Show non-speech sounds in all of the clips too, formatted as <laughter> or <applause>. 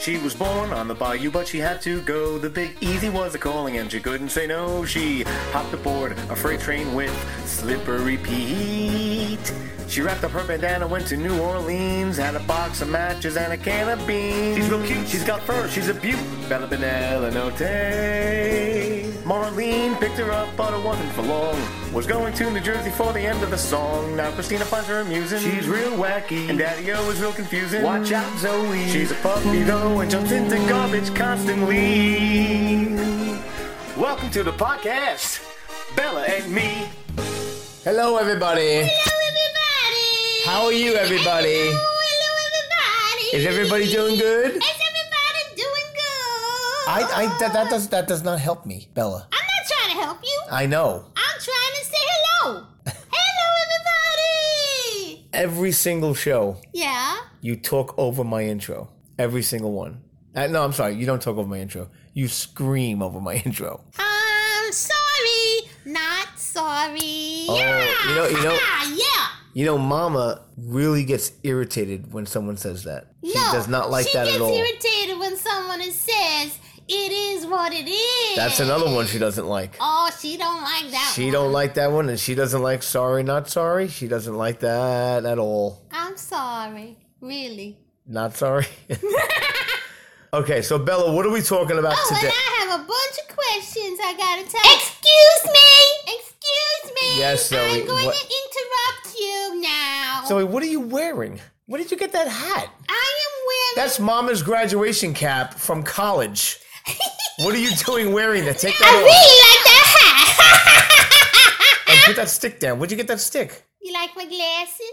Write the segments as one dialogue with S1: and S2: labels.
S1: She was born on the bayou, but she had to go. The big easy was a calling, and she couldn't say no. She hopped aboard a freight train with Slippery Pete. She wrapped up her bandana, went to New Orleans, had a box of matches and a can of beans. She's real cute, she's got fur, she's a beaut. Bella Benella Notte. Marlene picked her up, but it wasn't for long. Was going to New Jersey for the end of the song. Now Christina finds her amusing. She's real wacky. And Daddy O is real confusing. Watch out, Zoe. She's a puppy though, and jumps into garbage constantly. Welcome to the podcast, Bella and me.
S2: Hello, everybody.
S3: Hello, everybody.
S2: How are you, everybody?
S3: Hello, hello, everybody.
S2: Is everybody doing good?
S3: Is everybody doing good?
S2: I, I that, that does that does not help me, Bella.
S3: I'm not trying to help you.
S2: I know.
S3: I'm trying to say hello. hello, everybody.
S2: Every single show,
S3: Yeah.
S2: you talk over my intro. Every single one. Uh, no, I'm sorry. You don't talk over my intro. You scream over my <laughs> intro.
S3: I'm sorry. Not sorry.
S2: Oh,
S3: yeah.
S2: you know- you know-
S3: Ah, yeah.
S2: You know, Mama really gets irritated when someone says that. She
S3: no,
S2: does not like
S3: she
S2: that
S3: gets
S2: at all.
S3: irritated when someone says it is what it is.
S2: That's another one she doesn't like.
S3: Oh, she don't like that.
S2: She
S3: one.
S2: don't like that one, and she doesn't like sorry, not sorry. She doesn't like that at all.
S3: I'm sorry. Really.
S2: Not sorry.
S3: <laughs>
S2: okay, so Bella, what are we talking about
S3: Oh,
S2: today?
S3: and I have a bunch of questions I gotta tell you. Excuse me! Excuse me!
S2: Yes, Zoe,
S3: I'm going
S2: what-
S3: to interrupt you now.
S2: Zoe, what are you wearing? Where did you get that hat?
S3: I am wearing.
S2: That's Mama's graduation cap from
S3: <laughs>
S2: college. What are you doing wearing that? Take
S3: I
S2: that off
S3: really like that hat! <laughs>
S2: and put that stick down. Where'd you get that stick?
S3: you like my glasses?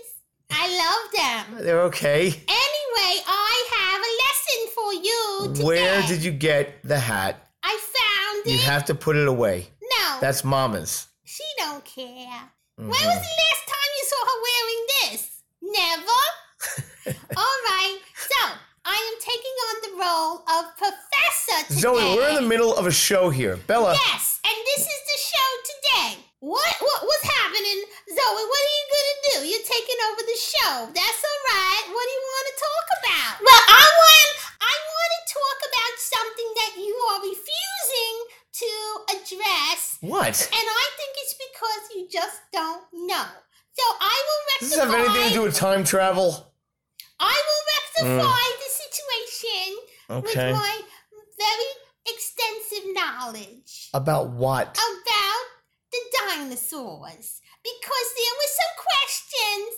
S3: I love them.
S2: They're okay.
S3: Anyway, I have a lesson for you today.
S2: Where did you get the hat?
S3: I found
S2: You
S3: it.
S2: have to put it away.
S3: no,
S2: That's Mama's.
S3: she don't care. When was the
S2: Mm-hmm.
S3: last time you saw her wearing this?
S2: <laughs>
S3: Never. All right. So I am taking on the role of professor today.
S2: Zoe, we're in the middle of a show here. Bella,
S3: Yes, and this is the show today. What what was happening, Zoe? What are you gonna do? You're taking over the show. That's all right. What do you want to talk about? Well, I want I want to talk about something that you are refusing to address,
S2: what?
S3: and I think it's because you just don't know. So I will
S2: Does
S3: rectify.
S2: this have anything to do with time travel?
S3: I will rectify the situation
S2: Mm. Okay.
S3: with my very extensive knowledge
S2: About what?
S3: about the dinosaurs because there were some questions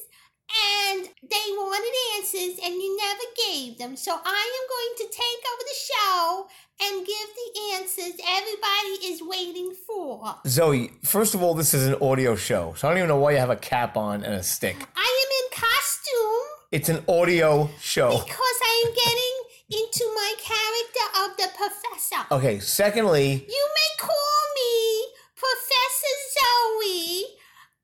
S3: and they wanted answers and you never gave them. So I am going to take over the show and give the answers everybody is waiting for.
S2: Zoe, first of all, this is an audio show, so I don't even know why you have a cap on and a stick.
S3: I am in costume.
S2: It's an audio
S3: <laughs>
S2: show.
S3: Because I am getting into my character of the professor.
S2: Okay, secondly,
S3: You may call me Professor Zoe.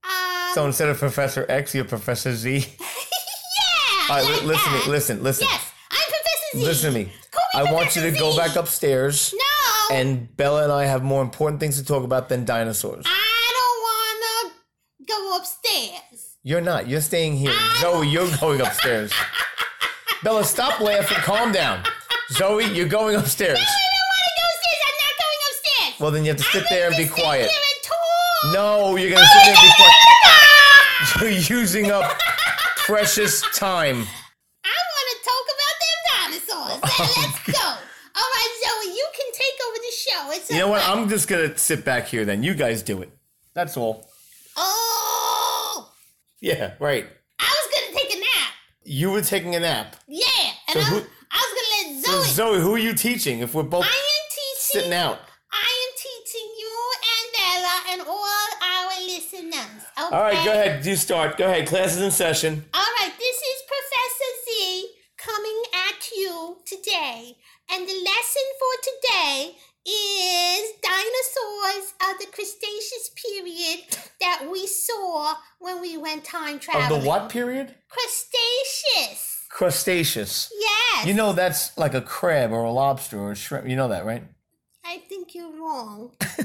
S3: Um,
S2: so instead of Professor X, you're Professor Z.
S3: <laughs> yeah.
S2: All right,
S3: like
S2: li- listen to
S3: that.
S2: me, listen, listen.
S3: Yes, I'm Professor Z.
S2: Listen to me.
S3: Call me
S2: I want you
S3: Professor
S2: to go
S3: Z.
S2: back upstairs,
S3: No,
S2: and Bella and I have more important things to talk about than dinosaurs.
S3: I don't wanna go upstairs.
S2: You're not. You're staying here. Zoe, you're going
S3: <laughs>
S2: upstairs. Bella, stop laughing. Calm down. Zoe, you're going upstairs.
S3: I don't wanna go upstairs. I'm not going upstairs.
S2: Well, then you have to sit there and be quiet.
S3: Here and talk.
S2: No, you're gonna sit there and be quiet. You're using up precious time.
S3: I want to talk about
S2: <laughs>
S3: them dinosaurs. Now, let's go. All right, Zoe, you can take over the show. It's
S2: You know what?
S3: alright.
S2: I'm just gonna sit back here then. You guys do it. That's all.
S3: Oh,
S2: Yeah, right.
S3: I was gonna take a nap.
S2: You were taking a nap.
S3: Yeah, and
S2: So
S3: I,
S2: who-
S3: Oh, I was gonna let
S2: So
S3: Zoe.
S2: Zoe, who are you teaching if we're both
S3: I am teaching.
S2: sitting out?
S3: I am teaching you and Bella and all our listeners. Okay?
S2: All right, go ahead. You start. Go ahead. Class is in session.
S3: All right, this is Professor Z coming at you today. And the lesson for today is dinosaurs of the Cretaceous period that we saw when we went time
S2: Of the
S3: traveling.
S2: what period?
S3: Cretaceous.
S2: Crustaceous.
S3: Yes.
S2: You know that's like a crab or a lobster or a shrimp. You know that, right?
S3: I think you're wrong.
S2: <laughs>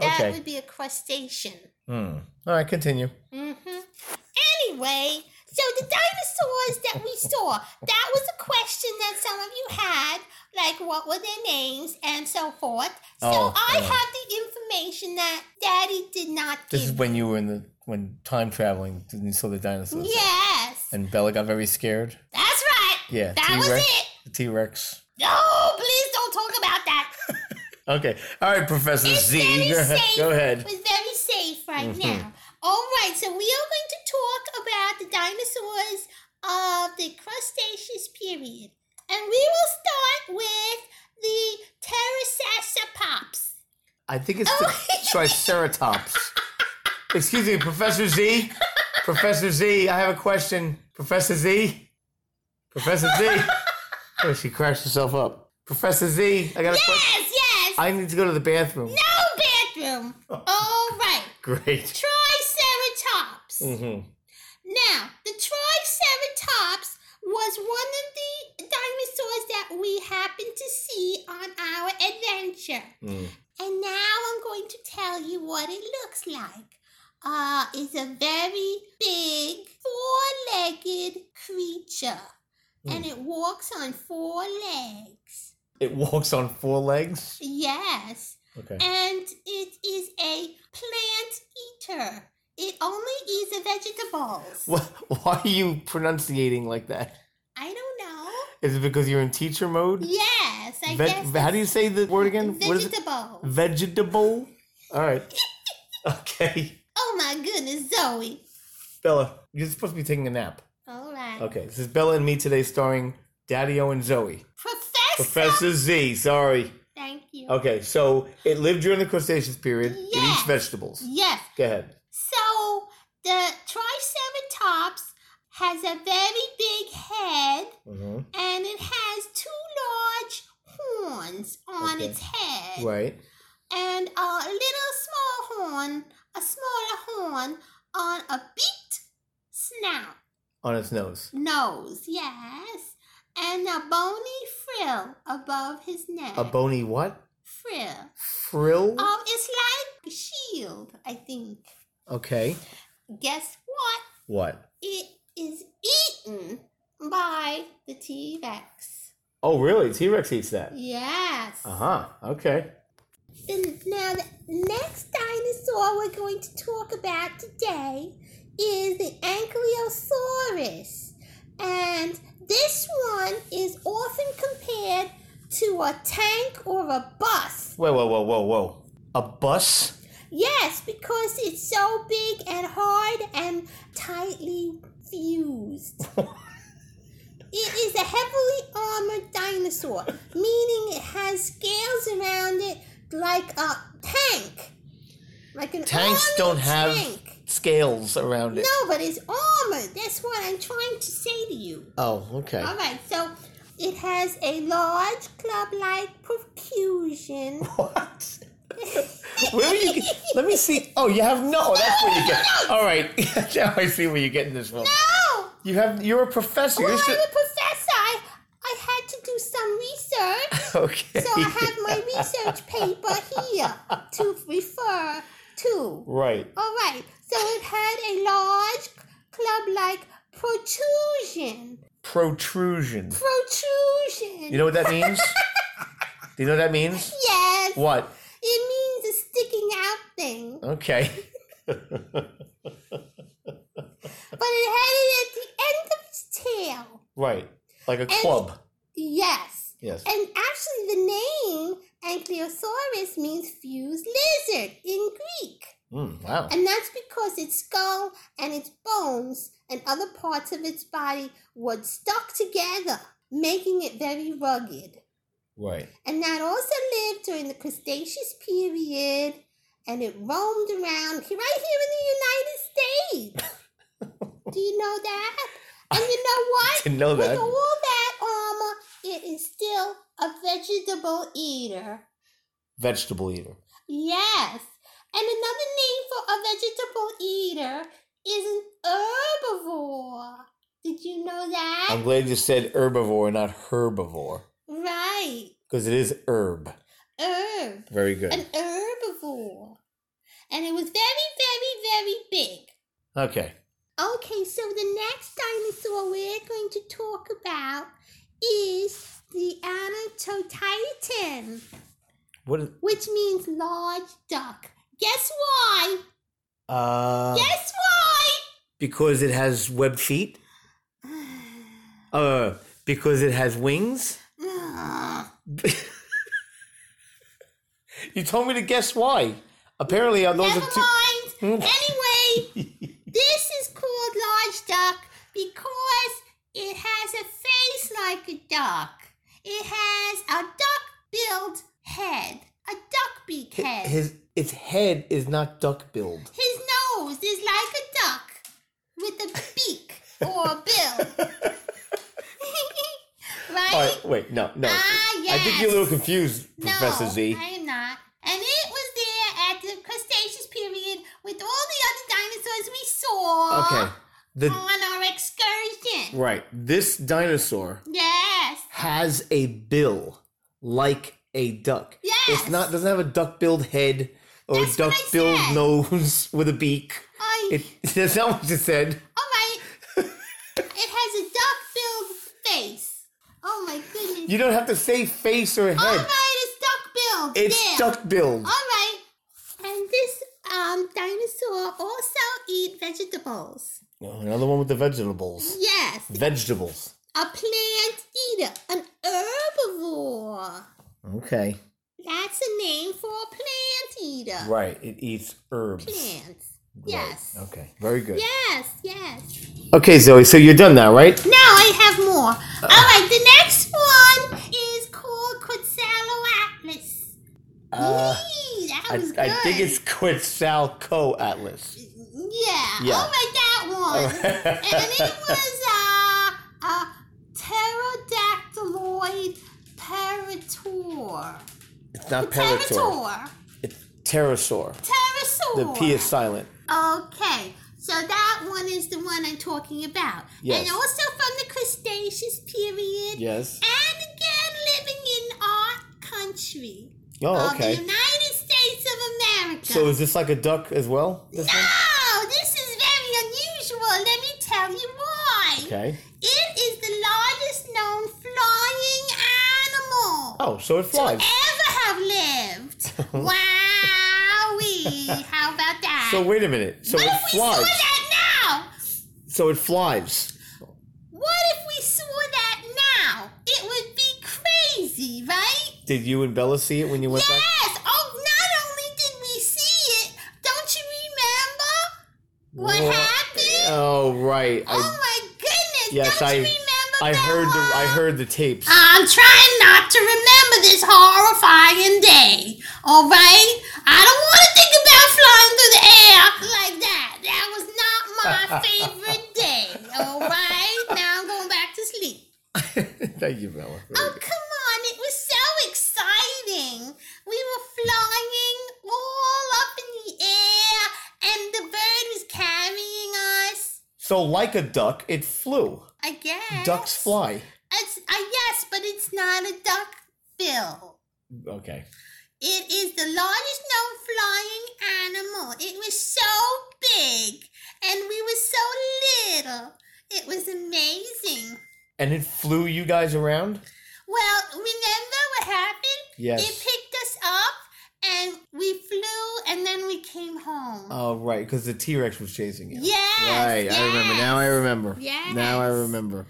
S3: That
S2: Okay.
S3: would be a crustacean. Mm-hmm.
S2: Hmm. All right, continue.
S3: hmm Anyway, so the dinosaurs that that we saw. That was a question that some of you had, like what were their names and so forth. So
S2: Oh,
S3: I
S2: yeah.
S3: have the information that Daddy did not give.
S2: This is when you were in the when time traveling and you saw the dinosaurs.
S3: yes,
S2: And Bella got very scared.
S3: that's right.
S2: Yeah.
S3: that was
S2: T-Rex,
S3: it.
S2: The T Rex.
S3: No, please don't talk about that.
S2: <laughs> Okay. All right, Professor
S3: It's
S2: Z.
S3: very
S2: Go ahead. <laughs>
S3: safe.
S2: Go ahead. Mm-hmm.
S3: It's very safe right now. All right, so we are going to talk about the dinosaurs of the Cretaceous period, and we will start with the Pterosaurpops.
S2: I think
S3: <laughs> Oh
S2: it's the Triceratops. Excuse me, Professor Z. Professor Z, I have a question. Professor Z. Professor Z. Oh, she crashed herself up. Professor Z, I got a question.
S3: Yes, yes.
S2: I need to go to the bathroom.
S3: no
S2: <laughs>
S3: bathroom. All right,
S2: Great.
S3: Triceratops.
S2: Mm-hmm.
S3: Now, the Triceratops was one of the dinosaurs that we happened to see on our adventure.
S2: mm-hmm.
S3: And now I'm going to tell you what it looks like. Uh, it's a very big, four legged creature. And
S2: Hmm.
S3: it walks on four legs.
S2: It walks on four legs.
S3: Yes.
S2: Okay.
S3: And it is a plant eater. It only eats the vegetables.
S2: Wh- Why are you pronunciating like that?
S3: I don't know.
S2: Is it because you're in teacher mode?
S3: Yes, I
S2: Veg-
S3: guess.
S2: how do you say the word again? What is it?
S3: Vegetable.
S2: Vegetable. All right. <laughs> okay.
S3: Oh my goodness, Zoe.
S2: Bella, you're supposed to be taking a nap.
S3: All right.
S2: Okay. This is Bella and me today, starring Daddy O and Zoe.
S3: Professor.
S2: Professor Z. Sorry.
S3: Thank you.
S2: Okay. So it lived during the Cretaceous period. It eats
S3: Yes.
S2: vegetables.
S3: Yes.
S2: Go ahead.
S3: So the Triceratops has a very big head
S2: hmm
S3: and it has two large horns on
S2: Okay.
S3: its head
S2: Right.
S3: and a little small horn, a smaller horn on a beaked snout.
S2: On its nose.
S3: nose, yes, and a bony frill above his neck.
S2: A bony what?
S3: frill.
S2: Frill.
S3: Um, it's like a shield, I think.
S2: Okay.
S3: Guess what?
S2: What?
S3: It is eaten by the T Rex.
S2: Oh, really? T Rex eats that.
S3: Yes.
S2: Uh huh. Okay.
S3: The, now, the next dinosaur we're going to talk about today is the Ankylosaurus. And this one is often compared to a tank or a bus.
S2: Whoa, whoa, whoa, whoa, whoa. A bus?
S3: Yes, because it's so big and hard and tightly fused. It is a heavily armored dinosaur, meaning it has scales around it like a tank. Like an
S2: Tanks
S3: armored
S2: don't have
S3: tank.
S2: scales around it.
S3: No, but it's armored. That's what I'm trying to say to you.
S2: Oh, okay.
S3: All right, so it has a large club-like protrusion.
S2: What? Where are you? Get, let me see. Oh, you have no. That's where you get. All right. <laughs> now I see where you're getting this from.
S3: No,
S2: You have. You're a professor.
S3: well,
S2: You're
S3: I'm
S2: so-
S3: a professor. I, I had to do
S2: <laughs>
S3: some research,
S2: okay.
S3: so I have my research paper here to refer to.
S2: right.
S3: All right. So it had a large club-like protrusion.
S2: Protrusion.
S3: Protrusion.
S2: You know what that means? Do you know what that means?
S3: yes.
S2: What?
S3: It means a sticking out thing.
S2: Okay.
S3: But it had it at the end of its tail.
S2: Right. Like a club.
S3: Yes.
S2: Yes.
S3: And actually, the name Ankylosaurus means fused lizard in Greek.
S2: Mm, wow.
S3: And that's because its skull and its bones and other parts of its body were stuck together, making it very rugged.
S2: Right.
S3: And that also lived during the Cretaceous period and it roamed around he- right here in the United States. Do you know that? And you know
S2: <laughs>
S3: what?
S2: Didn't know
S3: With
S2: that.
S3: all that armor, it is still a vegetable eater.
S2: Vegetable eater.
S3: Yes. And another name for a vegetable eater is an herbivore. Did you know that?
S2: I'm glad you said herbivore, not herbivore,
S3: right.
S2: because it is herb.
S3: Herb.
S2: Very good.
S3: An herbivore. And it was very, very, very big.
S2: Okay.
S3: Okay, so the next dinosaur we're going to talk about is the Anatotitan,
S2: What? Is,
S3: which means large duck. Guess why?
S2: uh,
S3: Guess why?
S2: because it has webbed feet. Uh, because it has wings.
S3: <sighs> Ugh.
S2: You told me to guess why. Apparently, uh, those
S3: Never
S2: are two. <laughs>
S3: mind. anyway, this is called large duck because it has a face like a duck. It has a duck-billed head, a duck beak head.
S2: His its head is not duck billed.
S3: His nose is like a duck with a beak or
S2: <laughs>
S3: a bill. <laughs> right?
S2: All right, wait, no, no.
S3: Ah,
S2: I think you're a little confused,
S3: no,
S2: Professor Z.
S3: I am not. And it was there at the Cretaceous period with all the other dinosaurs we saw
S2: Okay, the
S3: on our excursion.
S2: right. This dinosaur
S3: Yes.
S2: has a bill like a duck.
S3: Yes.
S2: It's not doesn't have a duck billed head or
S3: That's what I
S2: duck billed
S3: said.
S2: nose <laughs> with a beak.
S3: I,
S2: It <laughs> that's not what you said.
S3: all
S2: <laughs>
S3: right. it has a duck-billed face. Oh my goodness.
S2: You don't have to say face or
S3: all
S2: head.
S3: right, it's duck-billed.
S2: It's
S3: There.
S2: duck billed.
S3: All right. And this um, dinosaur also eat vegetables.
S2: Oh, Another one with the vegetables.
S3: Yes,
S2: Vegetables.
S3: a plant eater, an herbivore.
S2: Okay.
S3: That's a name for a plant eater.
S2: Right. It eats herbs.
S3: Plants.
S2: Right,
S3: Yes.
S2: Okay. Very good.
S3: Yes, yes.
S2: Okay, Zoe. So you're done now, right?
S3: Now I have more. All right, the next one is called Quetzalcoatlus.
S2: Uh,
S3: Yee, that
S2: I,
S3: was good.
S2: I think it's Quetzalco Atlas.
S3: Yeah.
S2: Yeah. Oh.
S3: All right, that one. and
S2: <laughs>
S3: it was uh, a uh, pterodactyloid parator.
S2: It's not Parator.
S3: Pterosaur.
S2: It's Pterosaur.
S3: Pterosaur.
S2: The P is silent.
S3: Okay. So that one is the one I'm talking about.
S2: Yes.
S3: And also from the Cretaceous period.
S2: Yes.
S3: And again, living in our country.
S2: Oh,
S3: Of the
S2: okay.
S3: United States of America.
S2: So is this like a duck as well? This one?
S3: No, this is very unusual. Let me tell you why.
S2: Okay.
S3: It is the largest known flying animal
S2: Oh, so it flies.
S3: ever have lived.
S2: <laughs>
S3: Wowee! How about that?
S2: So wait a minute. So
S3: what
S2: it
S3: if we saw
S2: flies.
S3: that now?
S2: So it flies.
S3: What if we saw that now? It would be crazy, right?
S2: Did you and Bella see it when you went back?
S3: Yes! Oh, not only did we see it, don't you remember what
S2: Wha-
S3: happened?
S2: Oh right. I,
S3: Oh my goodness!
S2: yes,
S3: Don't
S2: I
S3: you remember
S2: I
S3: that
S2: heard the I
S3: one?
S2: heard the tapes.
S3: I'm trying not to remember this horrifying day. All right, I don't want to think about flying through the air like that. That was not my
S2: <laughs>
S3: favorite day. All right, now I'm going back to sleep.
S2: <laughs> Thank you, Bella.
S3: Oh, come on. It was so exciting. We were flying all up in the air, and the bird was carrying us.
S2: So like a duck, it flew.
S3: I guess.
S2: Ducks fly.
S3: It's, uh, yes, but it's not a duck bill.
S2: Okay.
S3: It is the largest known flying animal. It was so big, and we were so little. It was amazing.
S2: And it flew you guys around?
S3: Well, remember what happened?
S2: Yes.
S3: It picked us up and we flew and then we came home.
S2: Oh, right, because the T Rex was chasing you.
S3: yes.
S2: Right, I remember. Now I
S3: yes.
S2: remember.
S3: Yes.
S2: Now I remember.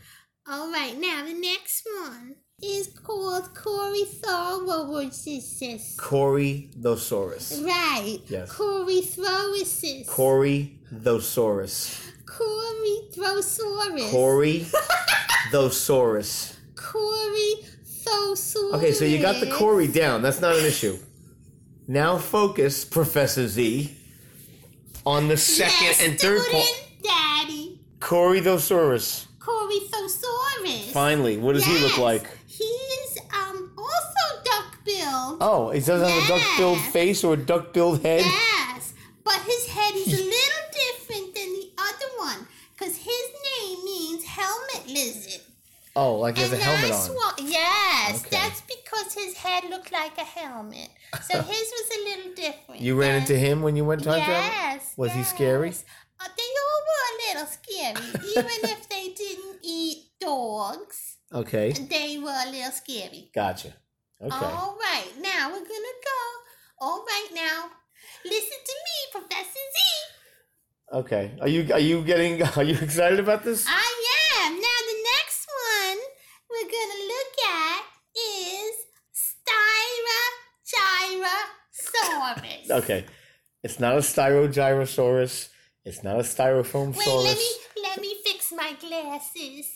S3: All right, now the next one is called Corey Thorwaldsis.
S2: Cory Thosaurus.
S3: Right.
S2: Yes.
S3: Corey Throsis.
S2: Cory
S3: <laughs>
S2: Thosaurus.
S3: Corey Throsaurus.
S2: Cory Thosaurus.
S3: Corey Thosaurus.
S2: Okay, so you got the Cory down. That's not an issue. Now focus, Professor Z, on the second
S3: yes,
S2: and third
S3: student
S2: point.
S3: Daddy.
S2: Cory Thosaurus.
S3: Corey Thosaurus.
S2: Finally, what does he look
S3: Yes,
S2: like?
S3: He is um also duck billed.
S2: Oh, he doesn't have a duck billed
S3: Yes.
S2: face or a duck billed head?
S3: Yes, but his head is
S2: Hmm.
S3: a little different than the other one because his name means helmet lizard.
S2: Oh, like he has a
S3: And
S2: helmet
S3: that's
S2: on.
S3: why- yes,
S2: Okay.
S3: that's because his head looked like a helmet. So
S2: <laughs>
S3: his was a little different.
S2: You ran
S3: And-
S2: into him when you went time travel?
S3: Yes.
S2: Was he scary?
S3: yes. Uh, they all were a little scary. Even if they didn't eat dogs,
S2: Okay.
S3: they were a little scary.
S2: Gotcha. Okay.
S3: All right, now we're gonna go. All right, now listen to me, Professor Z.
S2: Okay. Are you are you getting <laughs> are you excited about this?
S3: I am. Now the next one we're gonna look at is Styragyrosaurus.
S2: Okay. It's not a styrogyrosaurus. It's not a styrofoam
S3: Wait, let me let me fix my glasses.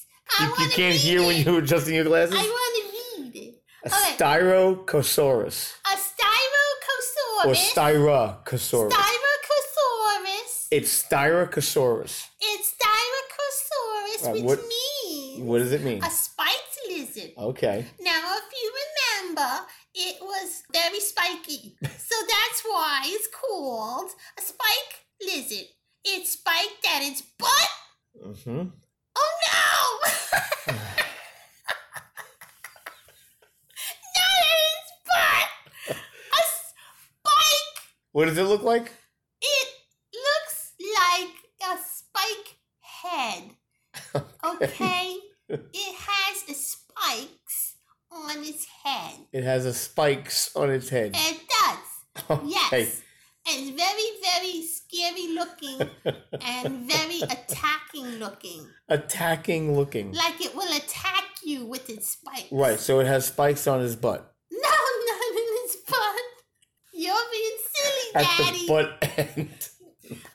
S2: You,
S3: I
S2: you
S3: wanna
S2: can't
S3: read
S2: hear when
S3: it.
S2: you're adjusting your glasses.
S3: I want to read it.
S2: A
S3: okay.
S2: styrocosaurus
S3: A styrocosaurus.
S2: or styracosaurus.
S3: Styrocosaurus.
S2: it's styracosaurus.
S3: It's styrocosaurus,
S2: Right,
S3: which
S2: what-
S3: means
S2: What does it mean?
S3: a spiked lizard.
S2: Okay.
S3: Now, if you remember, it was very spiky. so that's why it's called a spike lizard. It's spiked at its butt.
S2: Mm-hmm.
S3: Oh no! Not at its butt! A spike!
S2: What does it look like?
S3: It looks like a spike head. Okay? it has the spikes on its head.
S2: It has a spikes on its head.
S3: It does. Eh, Yes.
S2: <laughs> Okay.
S3: It's very, very scary looking and
S2: <laughs>
S3: very attacking looking.
S2: Attacking looking.
S3: Like it will attack you with its spikes.
S2: right. So it has spikes on his butt.
S3: No, not in its butt. You're being silly,
S2: At
S3: Daddy.
S2: the butt <laughs> end.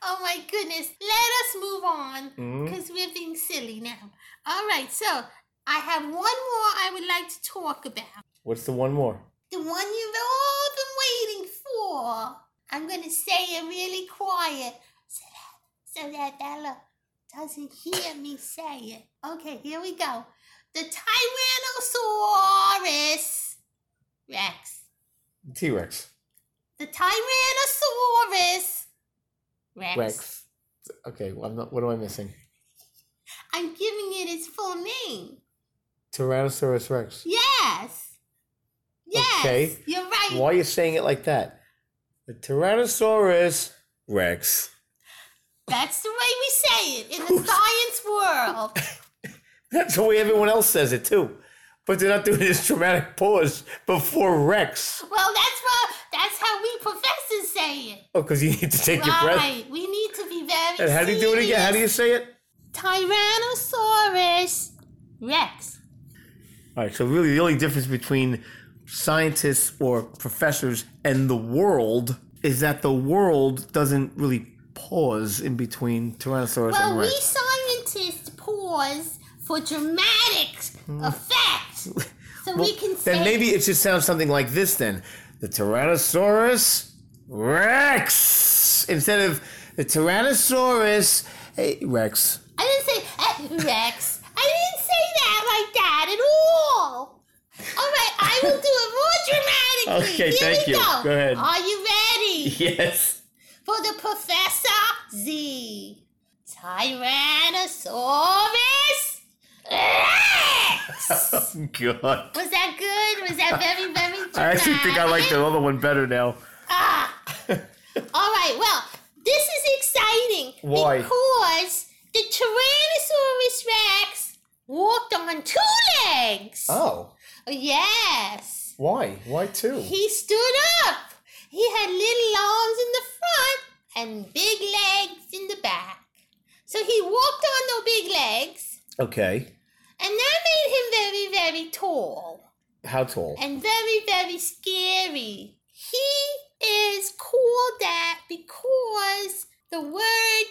S3: Oh my goodness. Let us move on
S2: Mhm.
S3: because we're being silly now. All right, so I have one more I would like to talk about.
S2: What's the one more?
S3: The one you've all been waiting for. I'm going to say it really quiet so that, so that Ella doesn't hear me say it. Okay, here we go. The Tyrannosaurus Rex.
S2: T Rex.
S3: The Tyrannosaurus Rex.
S2: Rex. Okay. Well, I'm not, what am I missing?
S3: I'm giving it its full name.
S2: Tyrannosaurus Rex.
S3: Yes. Yes.
S2: Okay.
S3: You're right.
S2: Why are you saying it like that? The Tyrannosaurus Rex. <laughs>
S3: That's the way we say it in the science world.
S2: That's the way everyone else says it too. But they're not doing this dramatic pause before Rex.
S3: Well, that's what that's how we professors say it.
S2: Oh, because you need to take your breath.
S3: Right. We need to be very
S2: And how do you do it again? How do you
S3: serious.
S2: say it?
S3: Tyrannosaurus Rex.
S2: All right. So really, the only difference between scientists or professors and the world is that the world doesn't really pause in between Tyrannosaurus
S3: Well,
S2: and
S3: we
S2: Rex.
S3: scientists pause for dramatic effect.
S2: <laughs>
S3: So we can say
S2: Hmm. then maybe it should sound something like this. Then the Tyrannosaurus Rex instead of the Tyrannosaurus eh, Rex.
S3: I didn't say eh, Rex. I didn't say that like that at all. All right, I will do it more dramatically.
S2: <laughs> Okay,
S3: Here
S2: thank
S3: we
S2: you.
S3: Go.
S2: Go ahead.
S3: Are you
S2: <laughs>
S3: ready
S2: <laughs> Yes.
S3: for the Professor Z? Tyrannosaurus
S2: <laughs>
S3: Rex.
S2: God.
S3: Was that good? Was that very, very dramatic?
S2: I actually think I like the other one better now. <laughs>
S3: Ah. All right. Well, this is exciting.
S2: Why?
S3: Because the Tyrannosaurus Rex walked on two legs.
S2: Oh,
S3: Yes.
S2: why? Why two?
S3: He stood up. He had little arms in the front and big legs in the back. So he walked on those big legs,
S2: Okay.
S3: and that made him very, very tall
S2: How tall?
S3: and very, very scary. He is called that because the word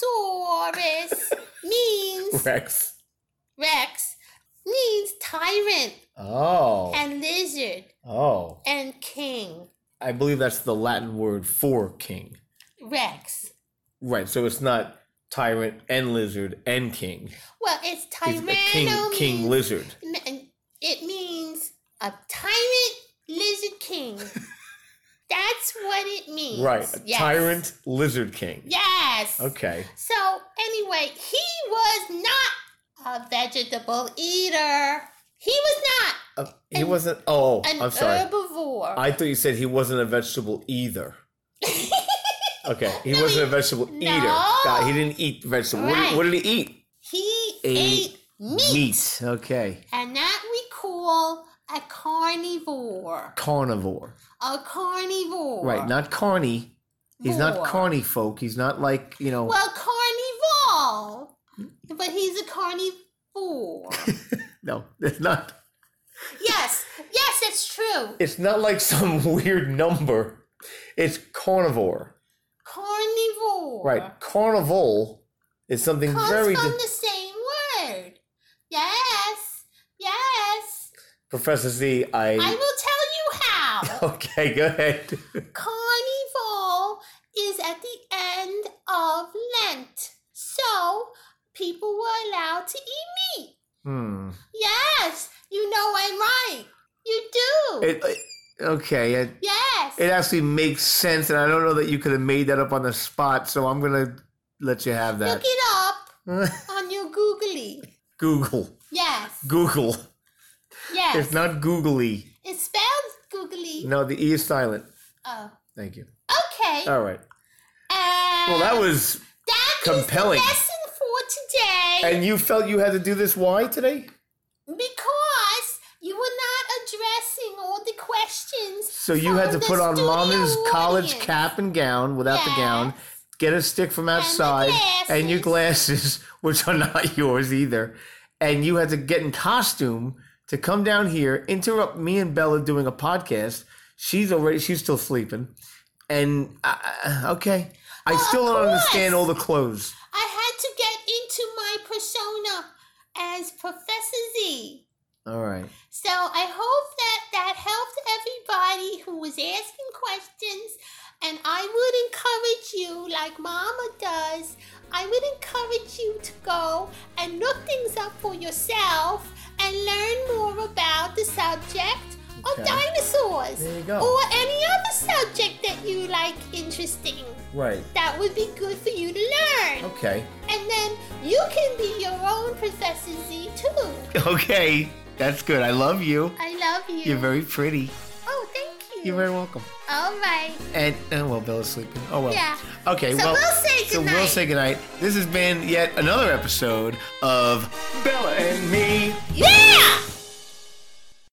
S3: Tyrannosaurus
S2: <laughs>
S3: means
S2: Rex.
S3: Rex means tyrant
S2: Oh.
S3: and lizard
S2: oh.
S3: and king.
S2: I believe that's the Latin word for king.
S3: Rex.
S2: Right. So it's not tyrant and lizard and king.
S3: Well, it's
S2: It's a
S3: Tyranno
S2: king, king
S3: means,
S2: lizard.
S3: it means a tyrant lizard
S2: <laughs>
S3: king. That's what it means.
S2: Right. a
S3: Yes.
S2: Tyrant lizard king.
S3: Yes.
S2: Okay.
S3: So anyway, he was not a vegetable eater. He was not
S2: Uh, he
S3: An-
S2: wasn't. Oh,
S3: an
S2: I'm sorry.
S3: herbivore. <laughs>
S2: I thought you said he wasn't a vegetable either. Okay, he
S3: No,
S2: wasn't a
S3: he-
S2: vegetable
S3: no.
S2: eater. God, he didn't eat vegetable. What, did,
S3: Right.
S2: what did he eat?
S3: He
S2: Ate
S3: ate, meat,
S2: Meat. Okay,
S3: and that we call a carnivore.
S2: carnivore.
S3: A carnivore.
S2: Right, not carny. He's not
S3: Vor.
S2: carny folk. He's not like you know.
S3: Well, carnivore. But he's a
S2: <laughs>
S3: carnivore.
S2: no, it's not.
S3: yes, yes, it's true.
S2: It's not like some <laughs> weird number. It's carnivore.
S3: Carnivore.
S2: Right, carnival is something
S3: Comes
S2: very.
S3: from
S2: di-
S3: the same word. Yes, yes.
S2: Professor Z, I.
S3: I will tell you how. <laughs>
S2: <laughs> okay, go ahead.
S3: Carnival is at the end of Lent. So people were allowed to eat meat.
S2: hmm.
S3: Yes, you know I'm right. You do.
S2: It, it- okay, it,
S3: yes.
S2: it actually makes sense, and I don't know that you could have made that up on the spot, so I'm gonna let you have
S3: Look
S2: that.
S3: it up on your googly.
S2: <laughs> Google,
S3: Yes.
S2: Google.
S3: yes.
S2: It's not googly.
S3: It's spelled googly.
S2: No, the e is silent.
S3: Oh.
S2: Thank you.
S3: Okay.
S2: All right.
S3: and
S2: Oh. Well, that was.
S3: that is
S2: compelling.
S3: the lesson for today
S2: And you felt you had to do this? Why today?
S3: because you were not addressing all the questions.
S2: So you had to
S3: from the
S2: put on
S3: studio
S2: Mama's college
S3: audience.
S2: cap and gown without the gown, get a stick from outside, and, your glasses, <laughs> which are not yours either. And you had to get in costume to come down here, interrupt me and Bella doing a podcast. She's already, she's still sleeping. And I, I- okay, I
S3: Oh, of
S2: still don't understand all
S3: course.
S2: the clothes.
S3: I had to get into my persona as Professor Z.
S2: All right.
S3: So I hope that that helped everybody who was asking questions. And I would encourage you, like Mama does, I would encourage you to go and look things up for yourself and learn more about the subject of
S2: Okay.
S3: dinosaurs.
S2: There you go.
S3: Or any other subject that you like interesting.
S2: Right.
S3: That would be good for you to learn.
S2: Okay.
S3: And then you can be your own Professor Z too.
S2: <laughs> Okay. That's good. I love you.
S3: I love you.
S2: You're very pretty.
S3: Oh, thank you.
S2: You're very welcome.
S3: All right.
S2: And, and well, Bella's sleeping. Oh well.
S3: Yeah.
S2: Okay.
S3: So
S2: well,
S3: we'll say
S2: So we'll
S3: goodnight.
S2: say goodnight. This has been yet another episode of Bella and Me.
S3: Yeah!